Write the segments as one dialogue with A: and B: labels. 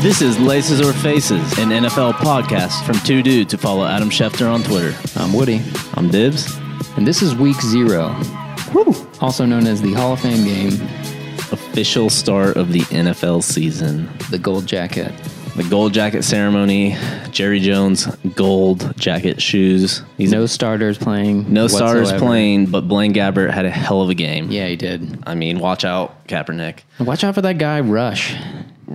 A: This is Laces or Faces, an NFL podcast from two dudes who follow Adam Schefter on Twitter.
B: I'm Woody,
A: I'm Dibs.
B: and this is week zero,
A: Woo!
B: also known as the Hall of Fame game,
A: Official start of the NFL season.
B: the Gold Jacket.
A: The gold jacket ceremony, Jerry Jones gold jacket shoes. These
B: No starters playing.
A: no stars
B: whatsoever.
A: playing, but Blaine Gabbert had a hell of a game.
B: Yeah, he did.
A: I mean, watch out, Kaepernick.
B: Watch out for that guy Rush.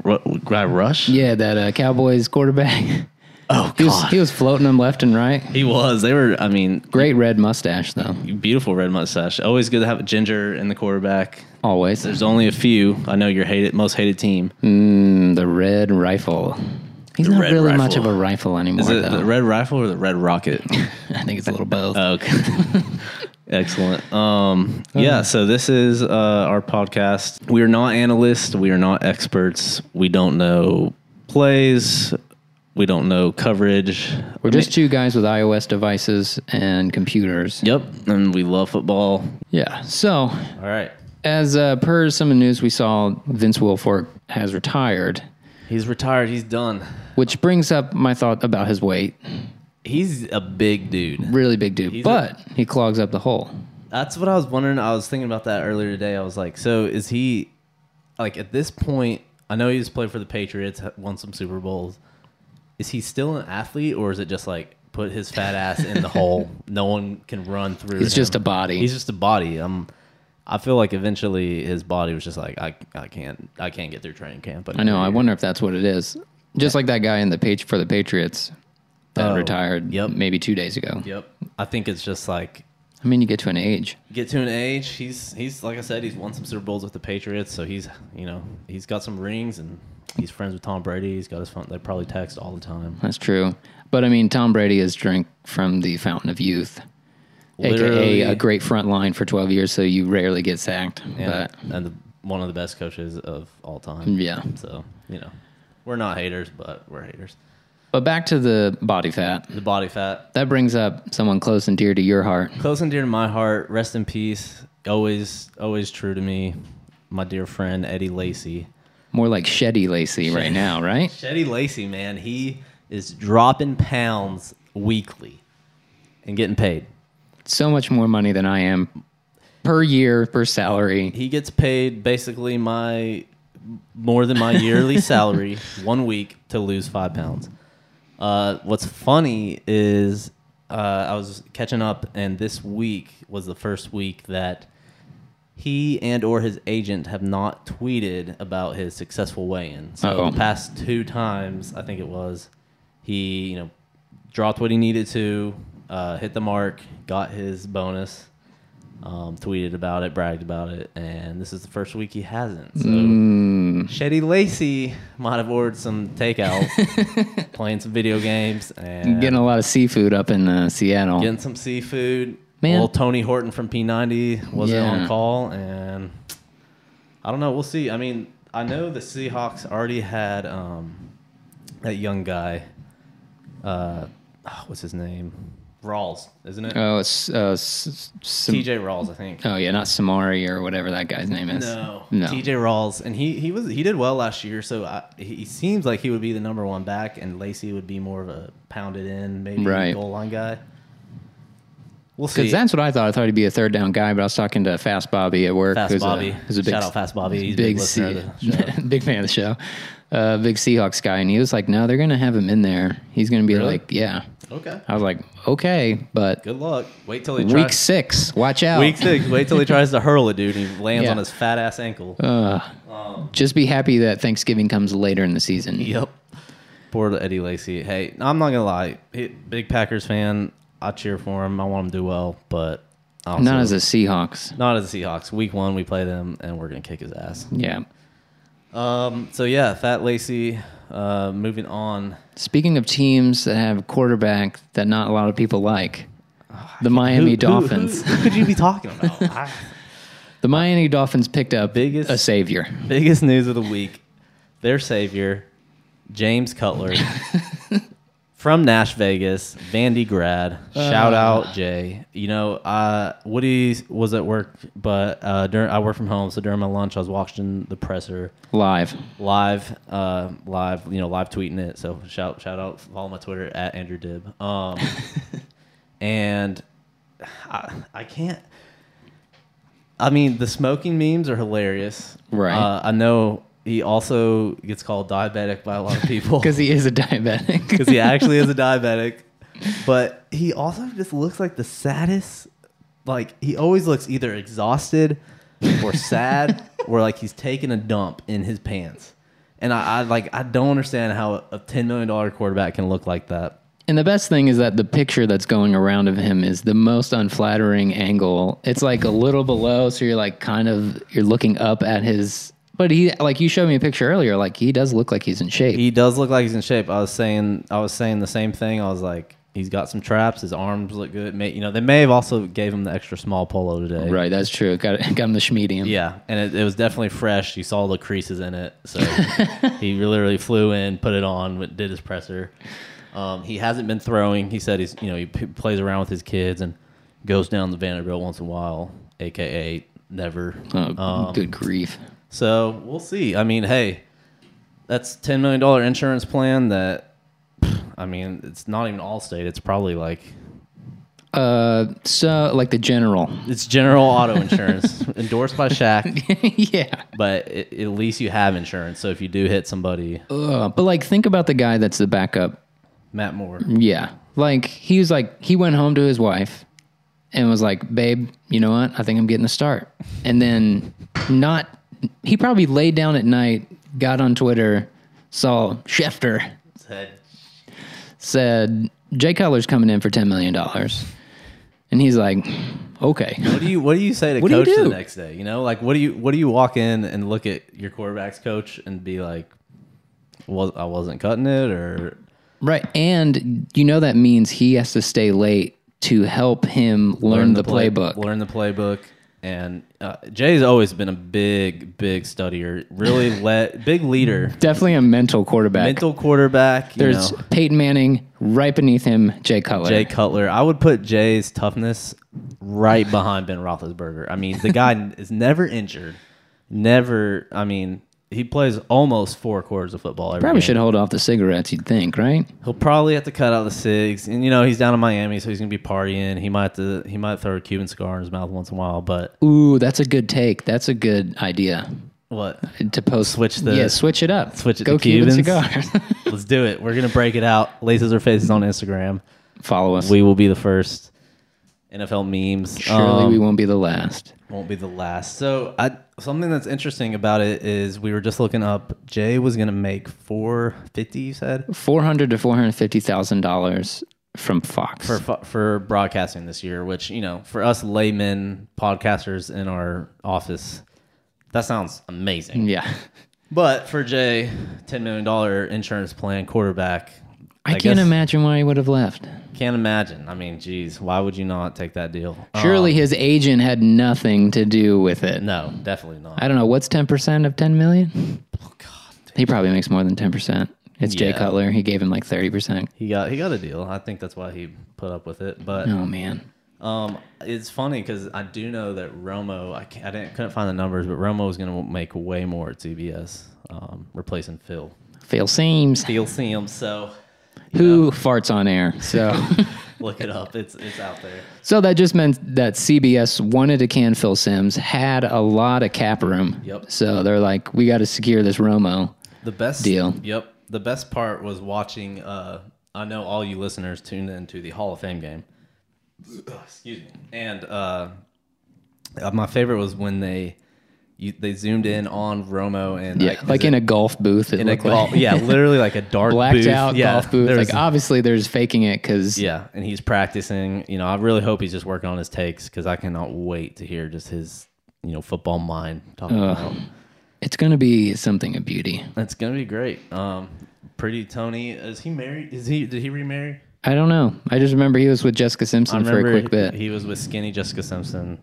A: Ru- guy Rush?
B: Yeah, that uh, Cowboys quarterback.
A: Oh,
B: he, was,
A: God.
B: he was floating them left and right.
A: He was. They were, I mean,
B: Great red mustache though.
A: beautiful red mustache. Always good to have a ginger in the quarterback.
B: Always
A: There's only a few. I know your hated, most hated team.
B: Mm, the red rifle. He's
A: The
B: not
A: red
B: really much of
A: rifle.
B: a rifle anymore
A: Is it
B: though.
A: the Red Rifle or the Red Uh, Rocket? Oh,
B: I think it's a little both.
A: okay. Excellent. Um, yeah, so this is uh, our podcast. We are not analysts. We are not experts. We don't know plays. We don't know coverage.
B: We're just two guys with iOS devices and computers.
A: Yep. And we love football.
B: Yeah. So
A: All right.
B: As uh, per some of the news we saw, Vince Wilfork has retired,
A: He's retired. He's done.
B: which brings up my thought about his weight.
A: He's a big dude.
B: Really big dude,
A: He's a-
B: but he clogs up the hole.
A: That's what I was wondering. I was thinking about that earlier today. I was like, so is he like at this point? I know he's played for the Patriots, ha- won some Super Bowls. Is he still an athlete, or is it just like put his fat ass in the hole? No one can run through.
B: He's just a
A: him.
B: body.
A: He's just a body. Um, I feel like eventually his body was just like I, I can't I can't get through training camp.
B: I know. I wonder if that's what it is. Just like that guy in the page for the Patriots that
A: Oh,
B: retired
A: yep.
B: maybe two days ago.
A: Yep. I think it's just like
B: I mean, you get to an age.
A: get to an age. He's he's like I said, he's won some Super Bowls with the Patriots, so he's you know he's got some rings and he's friends with Tom Brady. He's got his phone. They probably text all the time.
B: That's true. But I mean, Tom Brady is drink from the fountain of youth,
A: Literally-
B: aka a great front line for 12 years, so you rarely get sacked.
A: and,
B: But
A: and the, one of the best coaches of all time.
B: yeah.
A: So you know, we're not haters, but we're haters.
B: But back to the body fat.
A: The body fat,
B: That brings up someone close and dear to your heart.
A: close and dear to my heart. Rest in peace. Always always true to me. My dear friend Eddie Lacy.
B: More like Shetty Lacey right now, right?
A: Shetty Lacy, man, he is dropping pounds weekly and getting paid.
B: So much more money than I am per year, per salary.
A: he gets paid basically my more than my yearly salary one week to lose five pounds. Uh, what's funny is uh, I was catching up, and this week was the first week that he and or his agent have not tweeted about his successful weigh-in. So
B: Uh-oh.
A: the past two times, I think it was, he you know dropped what he needed to, uh, hit the mark, got his bonus, um, tweeted about it, bragged about it, and this is the first week he hasn't. So
B: Mm,
A: Shetty Lacey might have ordered some takeout, playing some video games, and
B: Getting a lot of seafood up in uh, Seattle.
A: getting some seafood.
B: Man.
A: Well, Tony Horton from P90 wasn't
B: Yeah.
A: on call, and I don't know. We'll see. I mean, I know the Seahawks already had um, that young guy. Uh, ah, what's his name? Rawls, isn't it?
B: Oh, it's, uh, s- s-
A: TJ Rawls, I think.
B: oh yeah, not Samari or whatever that guy's name is.
A: No,
B: no.
A: TJ Rawls, and he he was he did well last year, so I, he he seems like he would be the number one back, and Lacey would be more of a pounded in, maybe
B: Right.
A: goal line guy. We'll see.
B: Because that's what I thought. I thought he'd be a third down guy, but I was talking to Fast Bobby at work.
A: Fast
B: who's
A: Bobby.
B: A, who's a big,
A: Shout out Fast Bobby. He's a big
B: big,
A: listener
B: Se-
A: of the show.
B: big fan of the show. Uh, big Seahawks guy, and he was like, "No, they're gonna have him in there. He's gonna be
A: Really?
B: like, yeah."
A: okay.
B: I was like, "Okay, but
A: Good luck. Wait till he
B: Week
A: tries.
B: six. Watch out.
A: Week six. Wait till he tries to hurl it, dude. And he lands
B: Yeah. Uh.
A: on his fat ass ankle.
B: Just be happy that Thanksgiving comes later in the season.
A: Yep. Poor Eddie Lacy. Hey, I'm not gonna lie. He- big Packers fan. I cheer for him. I want him to do well, but also,
B: Not as a Seahawks.
A: not as the Seahawks. Week one, we play them, and we're gonna kick his ass.
B: Yeah.
A: Um. So yeah, Fat Lacy. Uh, moving on.
B: Speaking of teams that have a quarterback that not a lot of people like, the
A: Ah, Who-
B: Miami
A: who-
B: Dolphins.
A: Who, who could you be talking about? I-
B: The Miami Dolphins picked up
A: Biggest-
B: a savior.
A: biggest news of the week. Their savior, James Cutler, from Nash Vegas, Vandy grad.
B: Uh.
A: Shout out Jay. You know, uh, Woody was at work, but uh, during I work from home, so during my lunch, I was watching the presser
B: Live.
A: live, uh, live, you know, live tweeting it. So shout shout out, follow my Twitter at Andrew Dib. Um, and I, I can't. I mean, the smoking memes are hilarious.
B: Right.
A: Uh, I know he also gets called diabetic by a lot of people
B: Because he is a diabetic.
A: Oh. because he actually is a diabetic. But he also just looks like the saddest. Like he always looks either exhausted or sad or like he's taking a dump in his pants. And I, I like I don't understand how a ten million dollar quarterback can look like that.
B: And the best thing is that the picture that's going around of him is the most unflattering angle. It's like a little below, so you're like kind of you're looking up at his. But he like you showed me a picture earlier. Like he does look like he's in shape.
A: He does look like he's in shape. I was saying I was saying the same thing. I was like, he's got some traps. His arms look good. May, you know, they may have also gave him the extra small polo today.
B: right, that's true. Got got him the schmedium.
A: Yeah, and it, it was definitely fresh. You saw the creases in it, so he literally flew in, put it on, went- did his presser. Um, he hasn't been throwing. He said he's you know he p- plays around with his kids and goes down to Vanderbilt once in a while, aka never.
B: Oh, good grief.
A: So we'll see. I mean, hey, that's ten million dollar insurance plan that. I mean, it's not even Allstate. It's probably like
B: Uh, so like the general.
A: it's General Auto Insurance, endorsed by Shaq.
B: yeah.
A: but it, at least you have insurance. So if you do hit somebody,
B: Ugh, but like think about the guy that's the backup.
A: Matt Moore,
B: Yeah. Like he was like he went home to his wife and was like, "Babe, you know what? I think I'm getting a start." And then not he probably laid down at night, got on Twitter, saw Schefter
A: said,
B: said Jay Cutler's coming in for 10 million dollars. And he's like, "Okay."
A: "What do you What do you say to
B: What do you
A: coach the
B: do?
A: next day? You know, like what do you What do you walk in and look at your quarterback's coach and be like, "Was I wasn't cutting it?" Or
B: Right. And you know that means he has to stay late to help him learn, the,
A: play-
B: playbook.
A: learn the playbook. And uh, Jay's always been a big, big studier. Really, let big leader,
B: Definitely a mental quarterback.
A: mental quarterback. You
B: There's
A: know.
B: Peyton Manning right beneath him, Jay Cutler.
A: Jay Cutler. I would put Jay's toughness right behind Ben Roethlisberger. I mean, the guy is never injured. Never. I mean, he plays almost four quarters of football every.
B: Probably
A: game.
B: should hold off the cigarettes, you'd think, right?
A: He'll probably have to cut out the cigs, and you know he's down in Miami, so he's gonna be partying. He might have to. He might throw a Cuban cigar in his mouth once in a while. But
B: Ooh, that's a good take. That's a good idea
A: what?
B: to post.
A: Switch the-
B: yeah, switch it up.
A: switch it
B: Go
A: to
B: Cuban
A: Cubans.
B: cigars.
A: Let's do it. We're gonna break it out. Laces or faces on Instagram.
B: Follow us.
A: We will be the first. NFL memes.
B: Surely
A: Um,
B: we won't be the last.
A: won't be the last. So, I something that's interesting about it is we were just looking up. Jay was gonna make four fifty. You said
B: Four hundred to four hundred fifty thousand dollars from Fox.
A: for fu- for broadcasting this year, which you know, for us laymen podcasters in our office, that sounds amazing.
B: yeah,
A: But for Jay, ten million dollar insurance plan quarterback,
B: I,
A: guess-
B: can't imagine why he would have left.
A: Can't imagine. I mean, geez, why would you not take that deal? Uh,
B: Surely his agent had nothing to do with it.
A: no, definitely not.
B: I don't know what's ten percent of ten million. He probably makes more than ten percent. It's Jay
A: Oh, Yeah.
B: Cutler. He gave him like thirty percent.
A: He got he got a deal. I think that's why he put up with it. But
B: Oh man.
A: Um, it's funny because I do know that Romo. I, can't, I didn't couldn't find the numbers, but Romo is going to make way more at CBS, um, replacing Phil.
B: Phil Seams,
A: Phil Sims. So
B: who farts on air. So,
A: look it up. It's it's out there.
B: so that just meant that CBS wanted to can Phil Sims, had a lot of cap room.
A: Yep.
B: So they're like, we got to secure this Romo.
A: The best
B: Deal.
A: Yep. The best part was watching. Uh, I know all you listeners tuned into the Hall of Fame game. Excuse me. And uh, uh, my favorite was when they you, they zoomed in on Romo and
B: Yeah, like in a golf booth. It
A: in a
B: looked
A: golf,
B: like
A: yeah, literally like a dark
B: blacked
A: booth.
B: out
A: yeah,
B: golf booth.
A: there
B: Like
A: was-
B: obviously there's faking it because
A: Yeah, and he's practicing. You know, I really hope he's just working on his takes because I cannot wait to hear just his, you know, football mind talking about.
B: it's gonna be something of beauty.
A: It's gonna be great. Um, pretty Tony. Is he married? Is he? Did he remarry?
B: I don't know. I just remember he was with Jessica
A: I
B: Simpson for a
A: remember
B: quick bit.
A: he was with Skinny Jessica Simpson.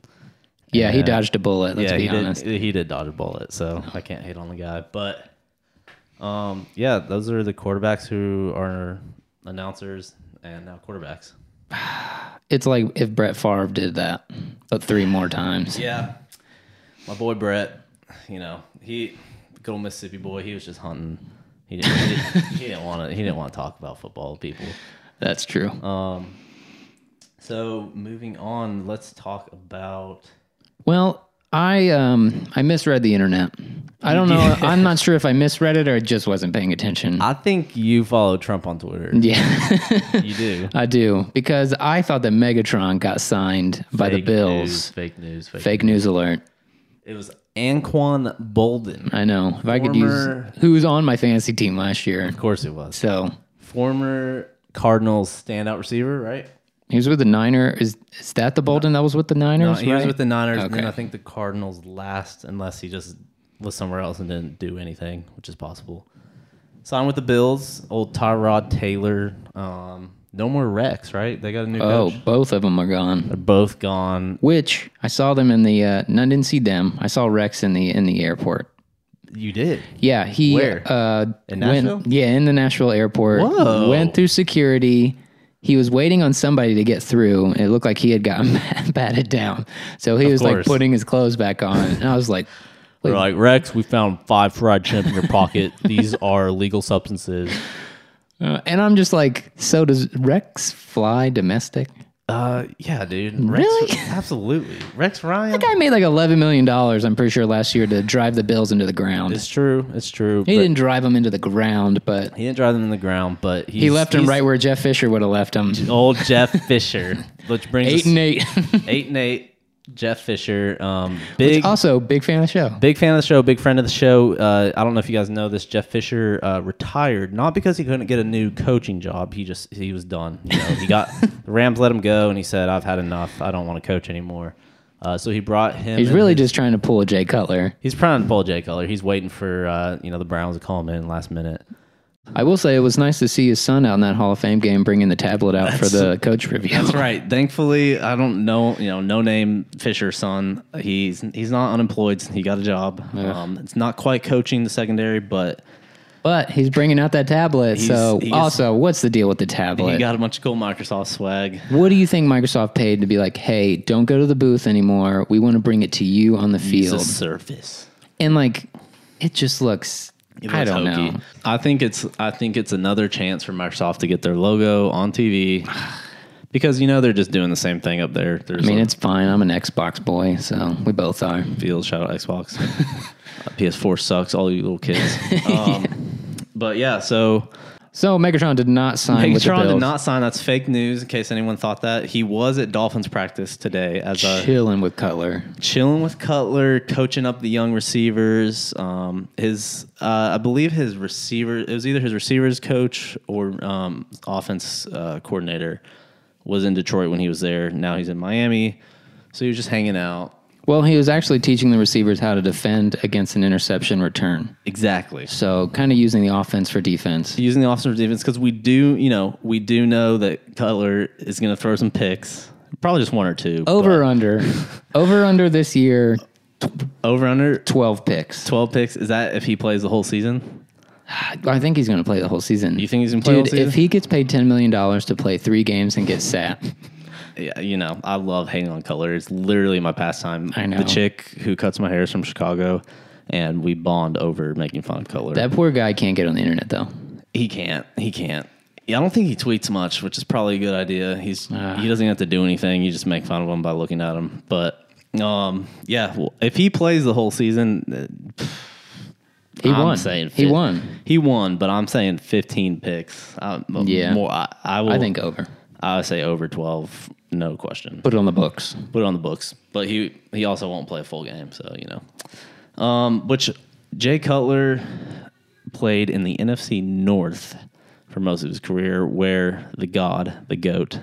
B: yeah, he
A: yeah.
B: dodged a bullet. Let's
A: yeah,
B: be
A: he
B: honest.
A: did. He did dodge a bullet, so I can't hate on the guy. But, um, yeah, those are the quarterbacks who are announcers, and now quarterbacks.
B: It's like if Brett Favre did that, but three more times.
A: Yeah, my boy Brett. You know he, good old Mississippi boy. He was just hunting. He didn't. He didn't- he didn't want to. He didn't want to talk about football with people.
B: That's true.
A: So moving on, let's talk about.
B: Well, I um I misread the internet. I don't know. I'm not sure if I misread it or I just wasn't paying attention.
A: I think you follow Trump on Twitter.
B: yeah,
A: You do.
B: I do because I thought that Megatron got signed by the
A: Fake
B: Bills.
A: news, fake news. Fake.
B: Fake news alert.
A: It was Anquan Bolden.
B: I know. If I could use
A: Former-
B: who was on my fantasy team last year.
A: Of course, it was
B: So
A: former Cardinals standout receiver, right?
B: he was with the Niner. Is is that the Bolden that was with the
A: No,
B: Niners?
A: he was
B: right?
A: with the Niners, and then
B: Okay.
A: I think the Cardinals last, unless he just was somewhere else and didn't do anything, which is possible. Signed with the Bills, old Tyrod Taylor. Um, no more Rex, right? They got a new
B: oh,
A: coach.
B: both of them are gone.
A: They're both gone.
B: Which I saw them in the. Uh, no, I didn't see them. I saw Rex in the in the airport.
A: You did.
B: Yeah, he
A: Where?
B: uh
A: In
B: went-
A: Nashville?
B: yeah, in the Nashville airport.
A: Whoa.
B: Went through security. He was waiting on somebody to get through. It looked like he had gotten batted down. So he was like
A: course.
B: putting his clothes back on. And I was like,
A: They're like, Rex, we found five fried shrimp in your pocket. These are illegal substances.
B: uh, and I'm just like, so does Rex fly domestic?
A: Uh, yeah, dude. Rex,
B: Really?
A: Absolutely. Rex Ryan.
B: Guy made like $11 million, I'm pretty sure, last year to drive the Bills into the ground.
A: It's true. It's true.
B: he
A: but-
B: didn't drive them into the ground, but
A: he didn't drive them in the ground, but
B: he left them right where Jeff Fisher would have left them.
A: Old Jeff Fisher, which brings
B: Eight
A: us
B: and eight.
A: eight and eight. Jeff Fisher, um, big
B: also, big fan of the show.
A: big fan of the show, big friend of the show. Uh, I don't know if you guys know this. Jeff Fisher uh, retired not because he couldn't get a new coaching job. He just he was done. You know, he got the Rams let him go, and he said, "I've had enough. I don't want to coach anymore." Uh, so he brought him.
B: He's
A: and
B: really
A: his-
B: just trying to pull a Jay Cutler.
A: he's proud of Paul J. Color. He's waiting for uh, you know the Browns to call him in last minute.
B: I will say it was nice to see his son out in that Hall of Fame game, bringing the tablet out for the coach review.
A: That's right. Thankfully, I don't know. You know, no name Fisher son. He's he's not unemployed. He got a job. Um, it's not quite coaching the secondary, but
B: But he's bringing out that tablet. so
A: he's-
B: also, what's the deal with the tablet?
A: he got a bunch of cool Microsoft swag.
B: what do you think Microsoft paid to be like, hey, don't go to the booth anymore. We want to bring it to you on the
A: It's a
B: field.
A: service.
B: And like, it just looks.
A: It
B: I
A: looks
B: don't
A: hokey.
B: know.
A: I think it's I think it's another chance for Microsoft to get their logo on TV. Because you know they're just doing the same thing up there. There's
B: I mean, it's fine. I'm an Xbox boy, so we both are.
A: Field, shout out Xbox. Uh, PS4 sucks, all you little kids. Um, But yeah, so
B: So Megatron did not sign with the
A: Megatron
B: Bills.
A: did not sign. That's fake news. In case anyone thought that, he was at Dolphins practice today as a
B: chilling with Cutler.
A: chilling with Cutler, coaching up the young receivers. Um, his, uh, I believe his receiver. It was either his receivers coach or um, offense uh, coordinator was in Detroit when he was there. Now he's in Miami, so he was just hanging out.
B: Well, he was actually teaching the receivers how to defend against an interception return.
A: Exactly.
B: So kind of using the offense for defense.
A: Using the offensive defense because we do, you know, we do know that Cutler is going to throw some picks, probably just one or two. but
B: Over under. over under this year,
A: over under
B: 12 picks.
A: 12 picks. Is that if he plays the whole season?
B: I think he's going to play the whole season.
A: You think he's gonna play the
B: Dude,
A: whole
B: if
A: season?
B: he gets paid $10 million to play three games and get sat,
A: Yeah, you know, I love hating on color. It's literally my pastime.
B: I know.
A: The chick who cuts my hair is from Chicago, and we bond over making fun of color.
B: that poor guy can't get on the internet, though.
A: he can't. He can't. Yeah, I don't think he tweets much, which is probably a good idea. He's
B: Ah.
A: he doesn't have to do anything. You just make fun of him by looking at him. But um, yeah, well, if he plays the whole season, uh,
B: He
A: I'm
B: won.
A: saying
B: he
A: fif-
B: won.
A: He won, but I'm saying 15 picks. Um,
B: Yeah.
A: more. I, I will.
B: I think over.
A: I would say over 12, no question.
B: Put it on the books.
A: Put it on the books. But he he also won't play a full game, so you know. Um, which Jay Cutler played in the NFC North for most of his career, where the god, the goat,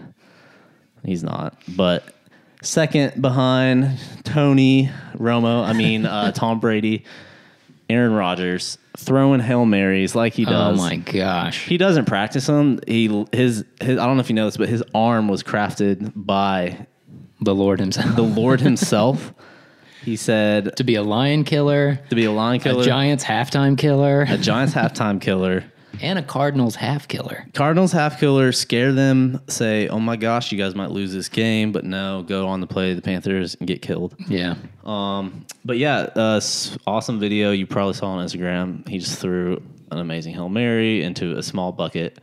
A: he's not, but second behind Tony Romo. I mean uh, Tom Brady, Aaron Rodgers throwing hail marys like he
B: Oh
A: does.
B: my gosh.
A: He doesn't practice them. He his, his I don't know if you know this, but his arm was crafted by
B: The Lord himself.
A: the Lord Himself. he said
B: to be a lion killer,
A: to be a line killer,
B: a Giants halftime killer.
A: a Giants halftime killer,
B: and a Cardinals half killer.
A: Cardinals half killer scare them. Say, oh my gosh, you guys might lose this game, but no, go on to play the Panthers and get killed.
B: Yeah.
A: Um, but yeah, uh, s- awesome video you probably saw on Instagram. He just threw an amazing hail mary into a small bucket.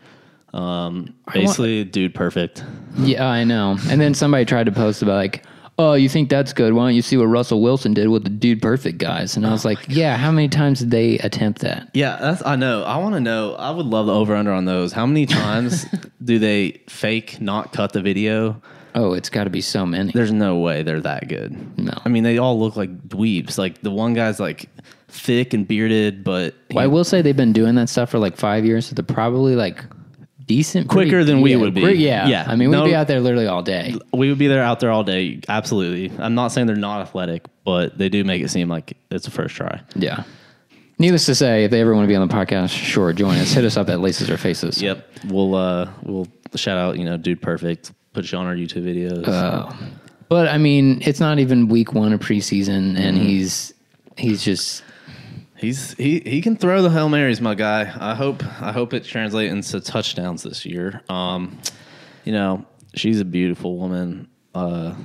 A: Um, basically, dude, perfect.
B: Yeah, I know. And then somebody tried to post about like, oh, you think that's good? Why don't you see what Russell Wilson did with the Dude Perfect guys? And I
A: Oh
B: was like, yeah, how many times did they attempt that?
A: Yeah, that's I know. I want to know. I would love the over under on those. How many times do they fake not cut the video?
B: Oh, it's got to be so many.
A: There's no way they're that good.
B: No.
A: I mean they all look like dweebs. Like the one guy's like thick and bearded, but he-
B: Well, I will say they've been doing that stuff for like five years, so they're probably like decent,
A: Quicker
B: pretty-
A: than we
B: yeah,
A: would be.
B: pre- Yeah,
A: Yeah.
B: I mean, we'd
A: No-
B: be out there literally all day.
A: we would be there out there all day. Absolutely. I'm not saying they're not athletic, but they do make it seem like it's a first try.
B: Yeah. Needless to say, if they ever want to be on the podcast, sure, join us. Hit us up at Laces or Faces.
A: Yep. We'll uh we'll shout out you know dude perfect. Put you on our YouTube videos.
B: But I mean, it's not even week one of preseason, and
A: Mm-hmm.
B: he's he's just
A: He's he he can throw the hail marys, my guy. I hope I hope it translates into touchdowns this year. Um, you know she's a beautiful woman. Uh,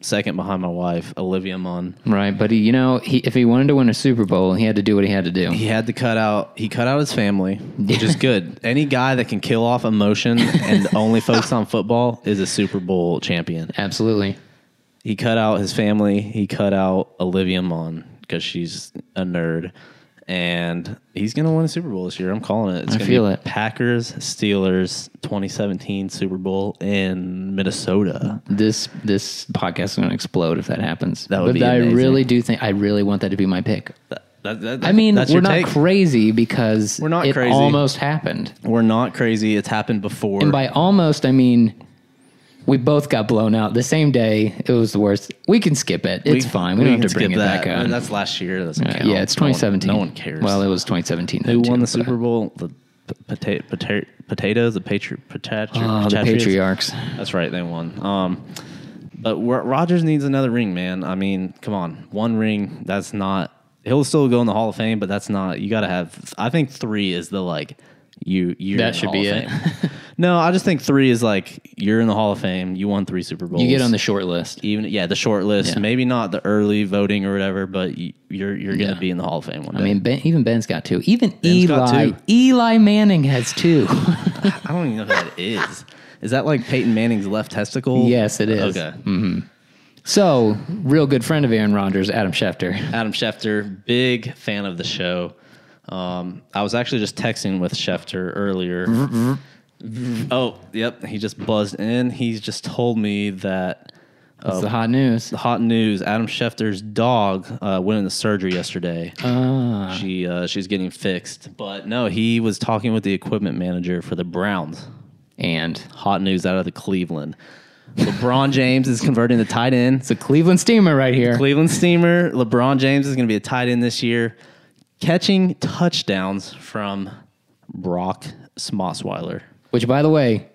A: second behind my wife, Olivia Munn.
B: right. But he, you know, he, if he wanted to win a Super Bowl, he had to do what he had to do.
A: He had to cut out he cut out his family, which is good. Any guy that can kill off emotion and only focus on football is a Super Bowl champion.
B: Absolutely.
A: He cut out his family. He cut out Olivia Munn because she's a nerd, and he's gonna win a Super Bowl this year. I'm calling it. It's
B: I
A: gonna
B: feel
A: be
B: it.
A: Packers Steelers 2017 Super Bowl in Minnesota.
B: This this podcast is going to explode if that happens.
A: That would
B: but
A: be
B: I
A: amazing.
B: really do think I really want that to be my pick.
A: That- that- that-
B: I mean,
A: that's
B: we're
A: your
B: not
A: take.
B: crazy because
A: We're not
B: it
A: crazy.
B: almost happened.
A: we're not crazy. It's happened before.
B: And by almost, I mean we both got blown out the same day. It was the worst. We can skip it. It's fine. We, don't
A: can
B: have to bring
A: skip
B: it back
A: that.
B: up. Uh,
A: That's last year. That doesn't count.
B: yeah, it's
A: No one-
B: 2017.
A: No one, cares.
B: Well, it was 2017.
A: who won the Super Bowl? The potato, potato, potatoes. The Patriot, potato,
B: Oh, the Patriarchs.
A: That's right, they won. Um, but Ro- Rodgers needs another ring, man. I mean, come on, one ring. That's not. He'll still go in the Hall of Fame, but that's not. You got to have. I think three is the like. You you're
B: That
A: in the
B: should
A: Hall
B: be
A: of
B: it.
A: Fame. no, I just think three is like you're in the Hall of Fame. You won three Super Bowls.
B: You get on the short list.
A: even yeah the short list.
B: Yeah.
A: Maybe not the early voting or whatever, but y- you're you're gonna
B: Yeah.
A: be in the Hall of Fame one day.
B: I mean, ben, even Ben's got two. Even
A: Ben's
B: Eli.
A: got two.
B: Eli Manning has two.
A: I don't even know who that is. Is that like Peyton Manning's left testicle?
B: Yes, it is. Mm.
A: Okay.
B: so, real good friend of Aaron Rodgers, Adam Schefter.
A: Adam Schefter, big fan of the show. Um, I was actually just texting with Schefter earlier.
B: Mm-hmm.
A: oh, yep. He just buzzed in. He's just told me that
B: That's
A: Oh.
B: the hot news.
A: the hot news Adam Schefter's dog uh, went into surgery yesterday.
B: Ah.
A: She uh, She's getting fixed. But no, he was talking with the equipment manager for the Browns.
B: And
A: Hot news out of the Cleveland. LeBron James is converting to tight end.
B: it's a Cleveland steamer right here.
A: Cleveland Steamer. LeBron James is going to be a tight end this year, catching touchdowns from Brock Smosweiler.
B: Which, by the way,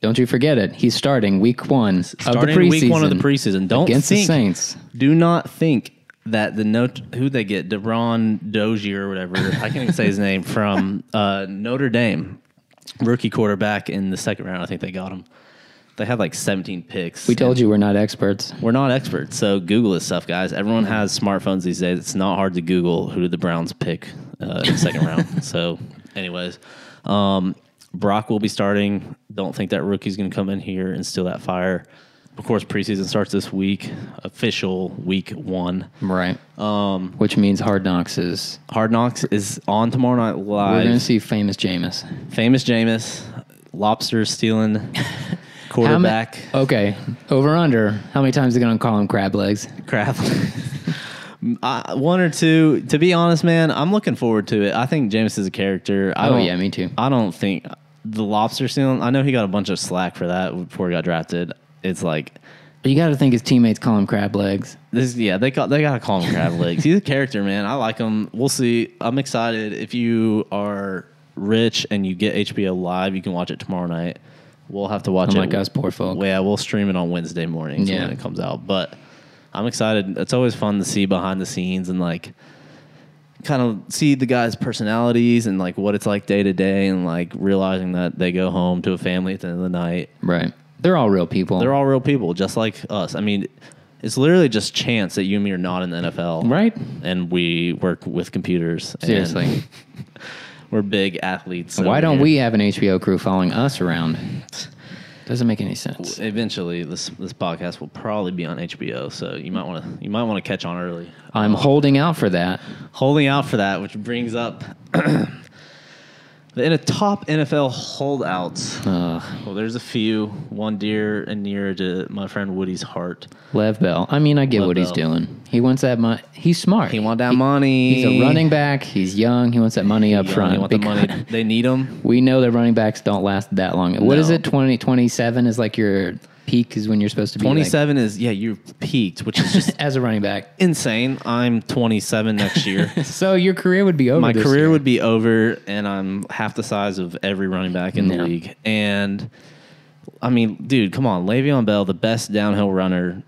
B: don't you forget it. He's starting week one of the
A: Starting
B: preseason.
A: week one of the preseason. Don't
B: against the
A: think,
B: Saints.
A: do not think that the note who they get Deron Dozier or whatever I can't even say his name from uh, Notre Dame rookie quarterback in the second round. I think they got him. They had like 17 picks.
B: We told you we're not experts.
A: We're not experts, so Google this stuff, guys. Everyone
B: Mm-hmm.
A: has smartphones these days. It's not hard to Google who did the Browns pick uh, in the second round. So, anyways, um, Brock will be starting. Don't think that rookie's going to come in here and steal that fire. Of course, preseason starts this week, official week one.
B: Right. Um, Which means Hard Knocks is.
A: Hard Knocks is on tomorrow night
B: We're going to
A: live.
B: see famous Jameis.
A: Famous Jameis, lobster stealing
B: How ma-
A: quarterback.
B: okay. Over under. How many times are they going to call him crab legs?
A: crap. I, one or two. To be honest, man, I'm looking forward to it. I think James is a character. I
B: Oh,
A: don't-
B: yeah, me too.
A: I don't think the lobster stealing. I know he got a bunch of slack for that before he got drafted. It's like
B: You got to think his teammates call him crab legs.
A: this. Yeah, they got they gotta call him crab legs. He's a character, man. I like him. We'll see. I'm excited. If you are rich and you get HBO Live, you can watch it tomorrow night. We'll have to watch it.
B: Unlike us poor folk.
A: Yeah, we'll stream it on Wednesday mornings
B: Yeah.
A: when it comes out. But I'm excited. It's always fun to see behind the scenes and like kind of see the guys' personalities and like what it's like day to day, and like realizing that they go home to a family at the end of the night.
B: Right. They're all real people.
A: They're all real people, just like us. I mean, it's literally just chance that you and me are not in the NFL,
B: right.
A: And we work with computers. and
B: Seriously.
A: we're big athletes.
B: Why
A: over
B: don't
A: here.
B: we have an HBO crew following us around? Doesn't make any sense.
A: Eventually, this this podcast will probably be on HBO, so you might want to you might want to catch on early.
B: I'm holding out for that.
A: holding out for that, which brings up the in a top NFL holdouts.
B: Uh,
A: Well, there's a few. One dear and near to my friend Woody's heart.
B: Lev Bell. I mean, I get
A: Lev
B: what he's
A: Bell.
B: doing. He wants that money. He's smart.
A: He want that money.
B: He's a running back. He's young. He wants that money up
A: Yeah,
B: front.
A: They want the
B: because-
A: money. They need him.
B: We know that running backs don't last that long. What is
A: No.
B: it? 20, 27 is like your peak is when you're supposed to be like-
A: 27 is yeah, you've peaked, which is just
B: as a running back.
A: insane. I'm 27 next year.
B: So your career would be over.
A: my
B: this
A: career
B: year.
A: would be over and i'm half the size of every running back in the
B: Yeah.
A: league and i mean dude come on Le'Veon bell the best downhill runner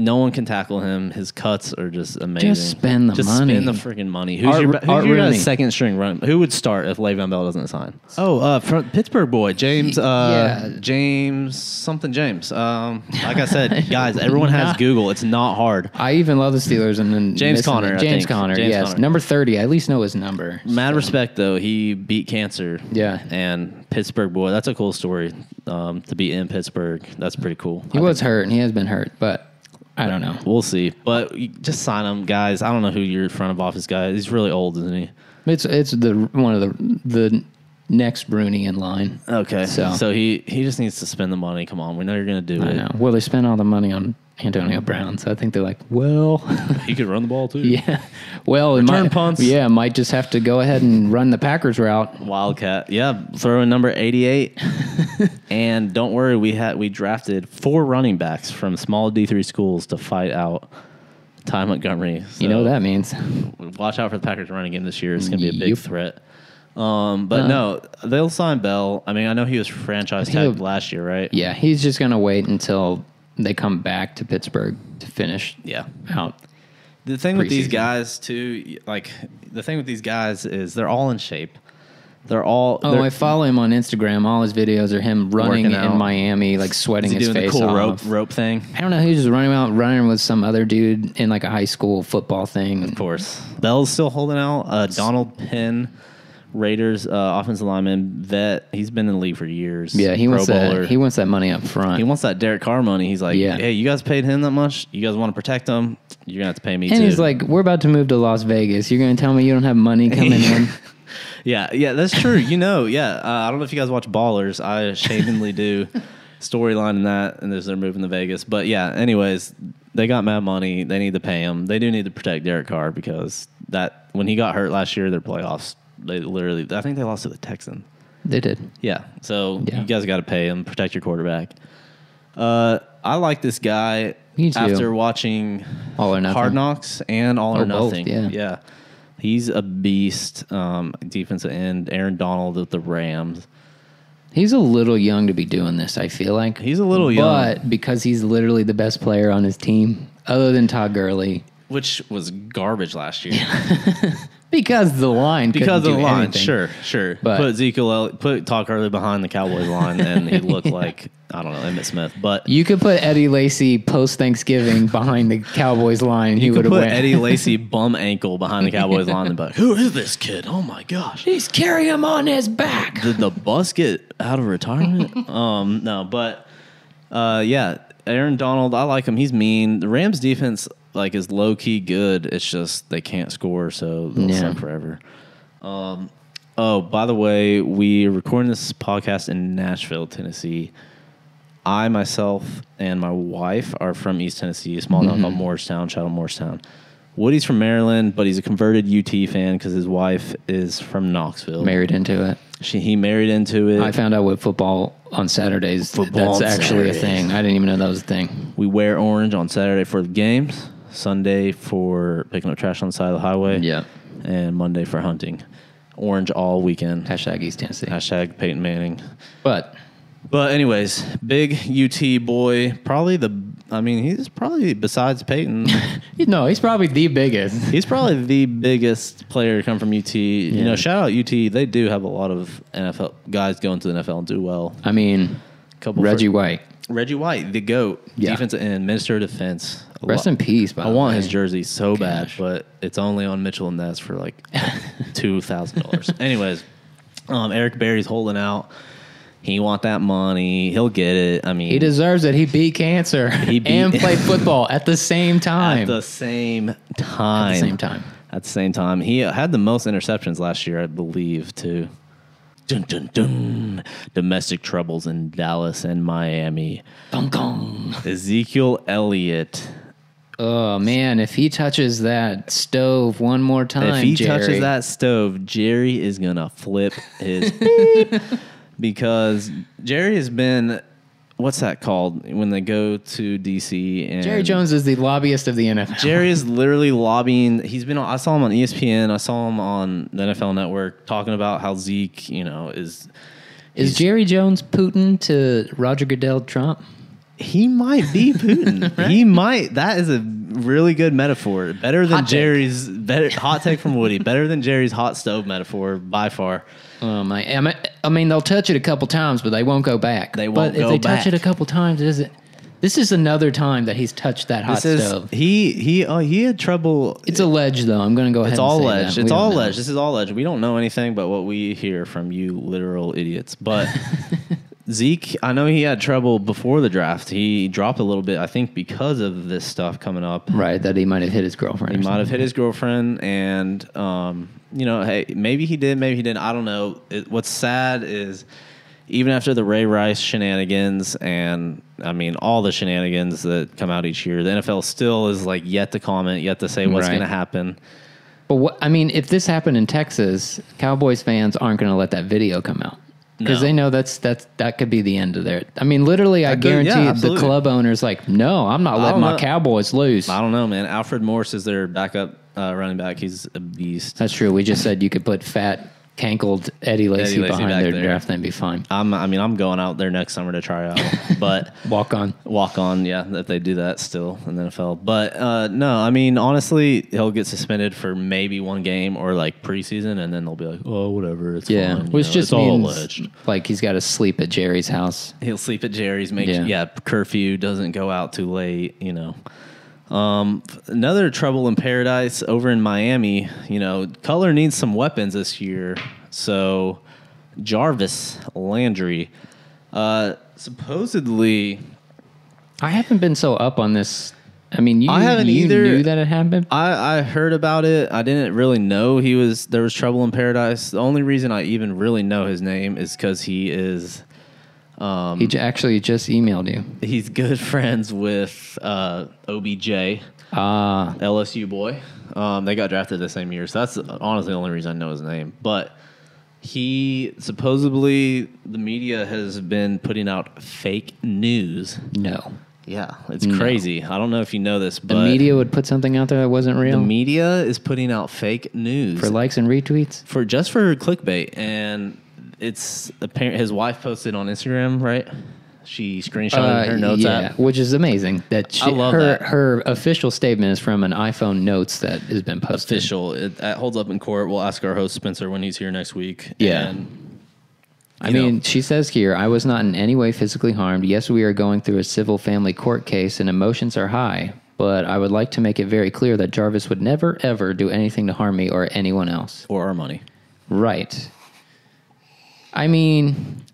A: no one can tackle him his cuts are just amazing
B: spend the
A: just
B: money.
A: spend the freaking money who's
B: Art-
A: your, ba-
B: Art
A: who's your uh,
B: Rooney.
A: second string run who would start if Le'Veon bell doesn't sign oh uh from pittsburgh boy james uh
B: Yeah.
A: james something james um like i said guys everyone has google it's not hard
B: I even love the Steelers and then
A: James
B: missing
A: Conner,
B: them.
A: I
B: James
A: think.
B: Conner,
A: James
B: yes,
A: Conner.
B: number thirty. I at least know his number.
A: Mad respect though. He beat cancer.
B: Yeah.
A: And Pittsburgh boy, that's a cool story. Um, to be in Pittsburgh, that's pretty cool.
B: He
A: I
B: was
A: think-
B: hurt, and he has been hurt, but I don't know.
A: We'll see, but you- just sign him, guys. I don't know who your front of office guy. is. He's really old, isn't he?
B: It's it's the one of the the next Rooney in line.
A: Okay.
B: So-
A: So, he he just needs to spend the money. Come on, we know you're gonna do
B: I
A: it.
B: know. Well, they spent all the money on Antonio Brown, so I think they're like, well,
A: He could run the ball too.
B: yeah, well, it
A: Return
B: might,
A: punts.
B: Yeah, might just have to go ahead and run the Packers route.
A: Wildcat. Yeah, throw in number 88. and don't worry, we had we drafted four running backs from small D3 schools to fight out Ty Montgomery.
B: You know what that means?
A: watch out for the Packers running game this year. It's going to be a big
B: Yep.
A: threat. Um, but no, they'll sign Bell. I mean, I know he was franchise
B: He'll-
A: tagged last year, right?
B: Yeah, he's just gonna wait until they come back to Pittsburgh to finish
A: Yeah.
B: out.
A: The thing with these
B: Preseason.
A: guys too, y- like the thing with these guys is they're all in shape. They're all.
B: Oh,
A: they're,
B: I follow him on Instagram. All his videos are him running
A: Working
B: in
A: out.
B: Miami, like
A: is
B: sweating
A: he
B: his
A: doing the
B: face
A: cool
B: off.
A: rope rope thing?
B: I don't know. He's just running out, running with some other dude in like a high school football thing.
A: Of course, Bell's still holding out. Uh, Donald Penn, Raiders uh, offensive lineman vet. He's been in the league for years.
B: Yeah, he
A: Pro
B: wants
A: bowler.
B: that. He wants that money up front.
A: He wants that Derek Carr money. He's like,
B: Yeah.
A: hey, you guys paid him that much. You guys want to protect him? You're gonna have to pay me
B: and
A: too.
B: he's like, "We're about to move to Las Vegas. You're going to tell me you don't have money coming in?
A: yeah, yeah, that's true. you know, yeah. Uh, I don't know if you guys watch Ballers. I shamefully do storyline in that, and there's they're moving to Vegas. But yeah, anyways, they got mad money. They need to pay him. They do need to protect Derek Carr because that when he got hurt last year, their playoffs. They literally, I think they lost to the Texans.
B: They did.
A: Yeah. So
B: Yeah.
A: you guys got to pay him, protect your quarterback. Uh, I like this guy
B: Me too.
A: after watching
B: All or nothing.
A: Hard Knocks and All or
B: Oh, both,
A: Nothing.
B: yeah.
A: He's a beast. Um, defensive end, Aaron Donald with the Rams.
B: He's a little young to be doing this. I feel like
A: He's a little young.
B: but because he's literally the best player on his team, other than Todd Gurley,
A: Which was garbage last year
B: because the line couldn't
A: because of the
B: do
A: line.
B: anything.
A: Sure, sure.
B: But-
A: put Zeke, El- put Todd Gurley behind the Cowboys line, and he looked like I don't know Emmett Smith. But
B: You could put Eddie Lacy post Thanksgiving behind the Cowboys line. He
A: You
B: would
A: could
B: have
A: put
B: went.
A: Eddie Lacy bum ankle behind the Cowboys line and be like, who is this kid? Oh my gosh.
B: He's carrying him on his back.
A: Did the bus get out of retirement? um, no, but uh, yeah, Aaron Donald, I like him. He's mean. The Rams defense like is low key good. It's just they can't score, so they'll
B: Yeah.
A: suck forever. Um, oh, by the way, we are recording this podcast in Nashville, Tennessee. I myself and my wife are from East Tennessee, a small town called Morristown. Shout out Morristown. Woody's from Maryland, but he's a converted UT fan because his wife is from Knoxville.
B: Married into it.
A: She, he married into it.
B: I found out what football on Saturdays.
A: Football
B: that's
A: on
B: actually a
A: Saturdays.
B: thing. I didn't even know that was a thing.
A: we wear orange on Saturday for the games, Sunday for picking up trash on the side of the highway,
B: Yeah.
A: and Monday for hunting. Orange all weekend.
B: Hashtag East Tennessee.
A: Hashtag Peyton Manning.
B: But
A: But anyways, big UT boy, probably the. I mean, he's probably besides Peyton,
B: No, he's probably the biggest.
A: he's probably the biggest player to come from UT. You know,
B: Yeah.
A: shout out UT. They do have a lot of NFL guys go into the NFL and do well.
B: I mean,
A: Couple
B: Reggie
A: fir-
B: White.
A: Reggie White, the goat,
B: Yeah.
A: defensive end, minister of defense. A
B: Rest
A: lot-
B: in peace. By
A: I
B: the
A: want
B: way.
A: his jersey so bad,
B: Gosh.
A: but it's only on Mitchell and Ness for like two thousand dollars. Anyways, um, Eric Berry's holding out. He want that money. He'll get it. I mean,
B: He deserves it. He beat cancer
A: He beat-
B: and played football at the same time.
A: at the same time.
B: same time.
A: At the same time, he had the most interceptions last year, I believe, too. Dun, dun, dun. Domestic troubles in Dallas and Miami.
B: Gong, gong.
A: Ezekiel Elliott.
B: Oh man, if he touches that stove one more time,
A: if he
B: Jerry,
A: touches that stove, Jerry is gonna flip his beep. because Jerry has been what's that called when they go to DC and
B: Jerry Jones is the lobbyist of the NFL.
A: Jerry is literally lobbying. He's been. On, I saw him on E ESPN. I saw him on the NFL Network talking about how Zeke, you know, is
B: is Jerry Jones Putin to Roger Goodell Trump?
A: he might be Putin. He might. That is a really good metaphor. Better than
B: Hot take.
A: Jerry's better hot take from Woody. Better than Jerry's hot stove metaphor by far.
B: Um, I, I mean- I mean, they'll touch it a couple times, but they won't go back.
A: They won't
B: But
A: go
B: if they
A: back.
B: touch it a couple times, is it? This is another time that he's touched that hot
A: This is
B: stove.
A: he he oh he had trouble.
B: It's alleged, though. I'm going to go ahead.
A: It's
B: and
A: all
B: say that.
A: alleged.
B: We
A: It's
B: don't
A: all
B: know.
A: alleged. This is all alleged. We don't know anything but what we hear from you literal idiots. But Zeke, I know he had trouble before the draft. He dropped a little bit, I think, because of this stuff coming up.
B: Right, that he might have hit his girlfriend.
A: He
B: or
A: might have hit his girlfriend, and um, you know, hey, maybe he did, maybe he didn't. I don't know. It, what's sad is even after the Ray Rice shenanigans, and I mean all the shenanigans that come out each year, the NFL still is like yet to comment, yet to say what's
B: Right.
A: going to happen.
B: But what I mean, if this happened in Texas, Cowboys fans aren't going to let that video come out because
A: No.
B: they know that's that's that could be the end of their. I mean, literally, I
A: That could- yeah,
B: guarantee the
A: absolutely.
B: club owners like, no, I'm not letting
A: don't
B: my
A: know.
B: Cowboys lose.
A: I don't know, man. Alfred Morris is their backup uh, running back. He's a beast.
B: That's true. We just said you could put fat, cankled Eddie Lacy,
A: Lacy back
B: behind their
A: there.
B: draft and be fine.
A: I'm, I mean, I'm going out there next summer to try out, but.
B: Walk on.
A: walk on, yeah, that they do that still in the NFL. But uh, no, I mean, honestly, he'll get suspended for maybe one game or like preseason, and then they'll be like, oh, whatever, it's
B: Yeah,
A: fine. you
B: which
A: know,
B: just
A: it's all
B: means
A: alleged.
B: like he's got to sleep at Jerry's house.
A: He'll sleep at Jerry's. Make yeah.
B: Yeah.
A: curfew doesn't go out too late. You know, um, f- another trouble in paradise over in Miami. You know, color needs some weapons this year, so Jarvis Landry, uh, supposedly.
B: I haven't been so up on this. I mean, you,
A: I haven't
B: you
A: either.
B: knew that it happened.
A: I, I heard about it. I didn't really know he was there was trouble in paradise. The only reason I even really know his name is because he is
B: he
A: Um,
B: j- actually just emailed you.
A: he's good friends with uh, OBJ,
B: Ah,
A: LSU boy. Um, they got drafted the same year, so that's honestly the only reason I know his name. But he supposedly the media has been putting out fake news.
B: no.
A: Yeah, it's crazy. I don't know if you know this, but
B: Mm. the media would put something out there that wasn't
A: the
B: real
A: media is putting out fake news
B: for likes and retweets.
A: for just for clickbait, and it's apparent his wife posted on Instagram, right? She
B: Uh,
A: screenshotted her notes app.
B: which is amazing. That she,
A: I love
B: her
A: that.
B: her official statement is from an iPhone Notes that has been posted.
A: Official, it, that holds up in court. We'll ask our host Spencer when he's here next week.
B: Yeah.
A: And
B: I
A: you know.
B: mean, she says here, "I was not in any way physically harmed. Yes, we are going through a civil family court case, and emotions are high." But I would like to make it very clear that Jarvis would never, ever do anything to harm me or anyone else.
A: for our money,
B: Right. I mean,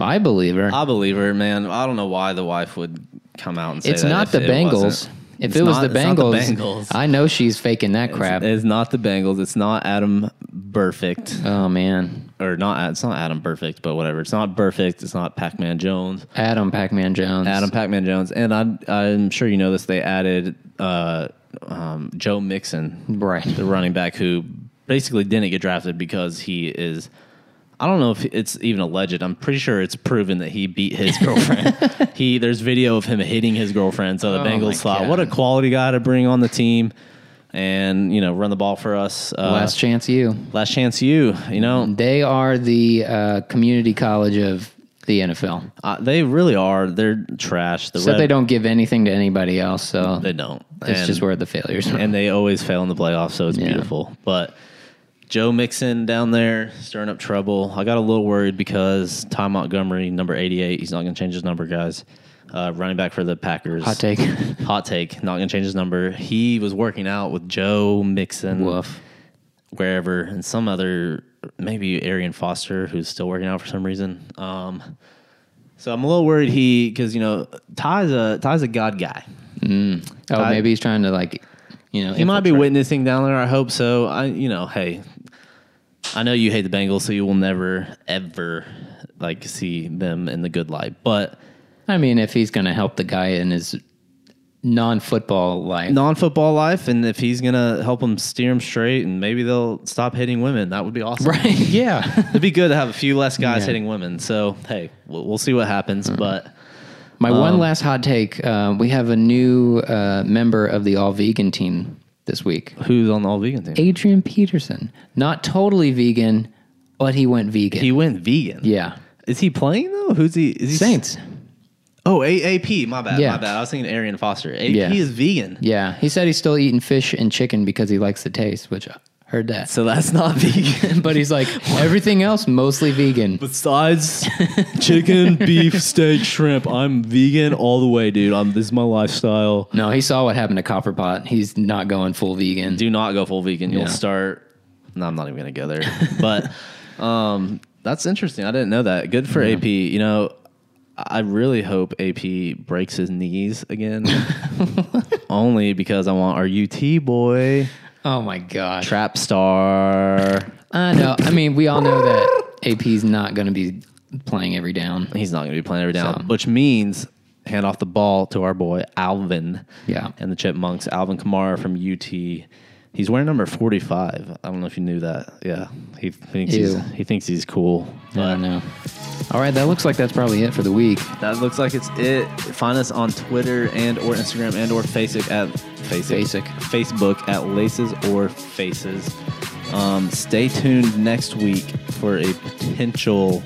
B: I believe her.
A: I believe her, man. I don't know why the wife would come out and say
B: it's
A: that
B: not
A: if
B: the
A: it
B: Bengals.
A: wasn't.
B: If
A: It's
B: it was
A: not-
B: the
A: it's not the
B: Bengals,
A: Bengals.
B: I know she's faking that crap.
A: It's not the Bengals. It's not Adam Perfect,
B: oh man,
A: or not. It's not Adam Perfect, but whatever. It's not Perfect. It's not Pac-Man Jones.
B: Adam Pac-Man Jones.
A: Adam Pac-Man Jones, and I'm I'm sure you know this. They added uh, um, Joe Mixon,
B: Right.
A: the running back who basically didn't get drafted because he is. I don't know if it's even alleged. I'm pretty sure it's proven that he beat his girlfriend. he there's video of him hitting his girlfriend. So the
B: Oh, my
A: Bengals thought,
B: God.
A: what a quality guy to bring on the team, and you know run the ball for us. Uh,
B: Last chance, you.
A: last chance, you you know
B: They are the uh, community college of the NFL.
A: Uh, they really are. They're trash. The
B: Except
A: Red-
B: they don't give anything to anybody else, so
A: They don't.
B: it's
A: And-
B: just where the failures. are.
A: and they always fail in the playoffs, so it's
B: Yeah.
A: beautiful. But Joe Mixon down there stirring up trouble. I got a little worried because Ty Montgomery, number 88, he's not going to change his number, guys. Uh, running back for the Packers.
B: Hot take.
A: Hot take. Not going to change his number. He was working out with Joe Mixon,
B: Woof.
A: wherever, and some other, maybe Arian Foster, who's still working out for some reason. Um, so I'm a little worried he, because, you know, Ty's a, Ty's a God guy.
B: Oh,
A: I-
B: maybe he's trying to like, you know,
A: He might be
B: infiltrate.
A: witnessing down there. I hope so. I, you know, hey, I know you hate the Bengals, so you will never, ever like see them in the good light. But
B: I mean, if he's going to help the guy in his non-football life,
A: non-football life, and if he's gonna help them steer them straight, and maybe they'll stop hitting women, that would be awesome.
B: right? Yeah.
A: It'd be good to have a few less guys
B: Yeah. Mm-hmm.
A: hitting women. So hey, we'll, we'll see what happens. But
B: My
A: Um,
B: one last hot take: uh, we have a new uh, member of the all-vegan team this week,
A: who's on the all vegan team?
B: Adrian Peterson. Not totally vegan, but he went vegan.
A: He went vegan.
B: yeah,
A: Is he playing though? Who's he? Is he
B: Saints.
A: Oh, AAP. My bad.
B: Yeah.
A: My bad. I was thinking Arian Foster. AAP
B: Yeah.
A: is vegan.
B: Yeah, he said he's still eating fish and chicken because he likes the taste, which I heard that.
A: So that's not vegan.
B: But he's like everything else mostly vegan.
A: Besides chicken, beef, steak, shrimp, I'm vegan all the way, dude. I'm this is my lifestyle.
B: No, he saw what happened to Copperpot. He's not going full vegan.
A: Do not go full vegan. You'll
B: Yeah.
A: start. No, I'm not even gonna go there. But um, that's interesting. I didn't know that. Good for AP. You know, I really hope AP breaks his knees again. Only because I want our UT boy,
B: Oh my god.
A: trap star.
B: I know. I mean, we all know that AP's not going to be playing every down.
A: He's not going to be playing every down,
B: So-
A: which means hand off the ball to our boy Alvin.
B: Yeah.
A: And the Chipmunks, Alvin Kamara from UT. He's wearing number 45. I don't know if you knew that. Yeah. He thinks
B: Ew.
A: he's he thinks he's cool.
B: I don't know. All right, that looks like that's probably it for the week.
A: That looks like it's it. Find us on Twitter and or Instagram and or Facebook at Facebook,
B: Basic.
A: Facebook at Laces or Faces. Um, stay tuned next week for a potential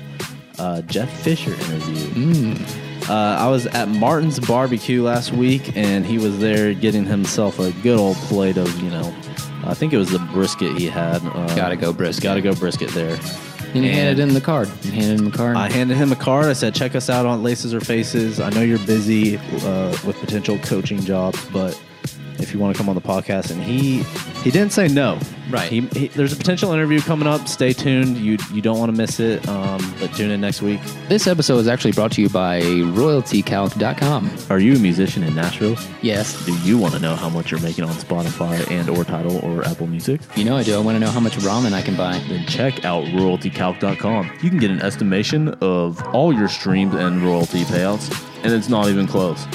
A: uh, Jeff Fisher interview.
B: Hmm.
A: Uh, I was at Martin's barbecue last week, and he was there getting himself a good old plate of you know, I think it was the brisket he had. Uh,
B: Gotta go brisket.
A: Gotta go brisket there.
B: And you handed him the card. You handed him the card.
A: I handed him a card. I said, "Check us out on Laces or Faces. I know you're busy uh, with potential coaching jobs, but if you want to come on the podcast," and he he didn't say no.
B: Right.
A: He, he, there's a potential interview coming up. Stay tuned. You you don't want to miss it. Um, but tune in next week.
B: this episode is actually brought to you by royaltycalc.com.
A: Are you a musician in Nashville?
B: Yes.
A: Do you want to know how much you're making on Spotify and or Title or Apple Music?
B: You know I do. I want to know how much ramen I can buy.
A: Then check out royaltycalc.com. You can get an estimation of all your streams and royalty payouts, and it's not even close.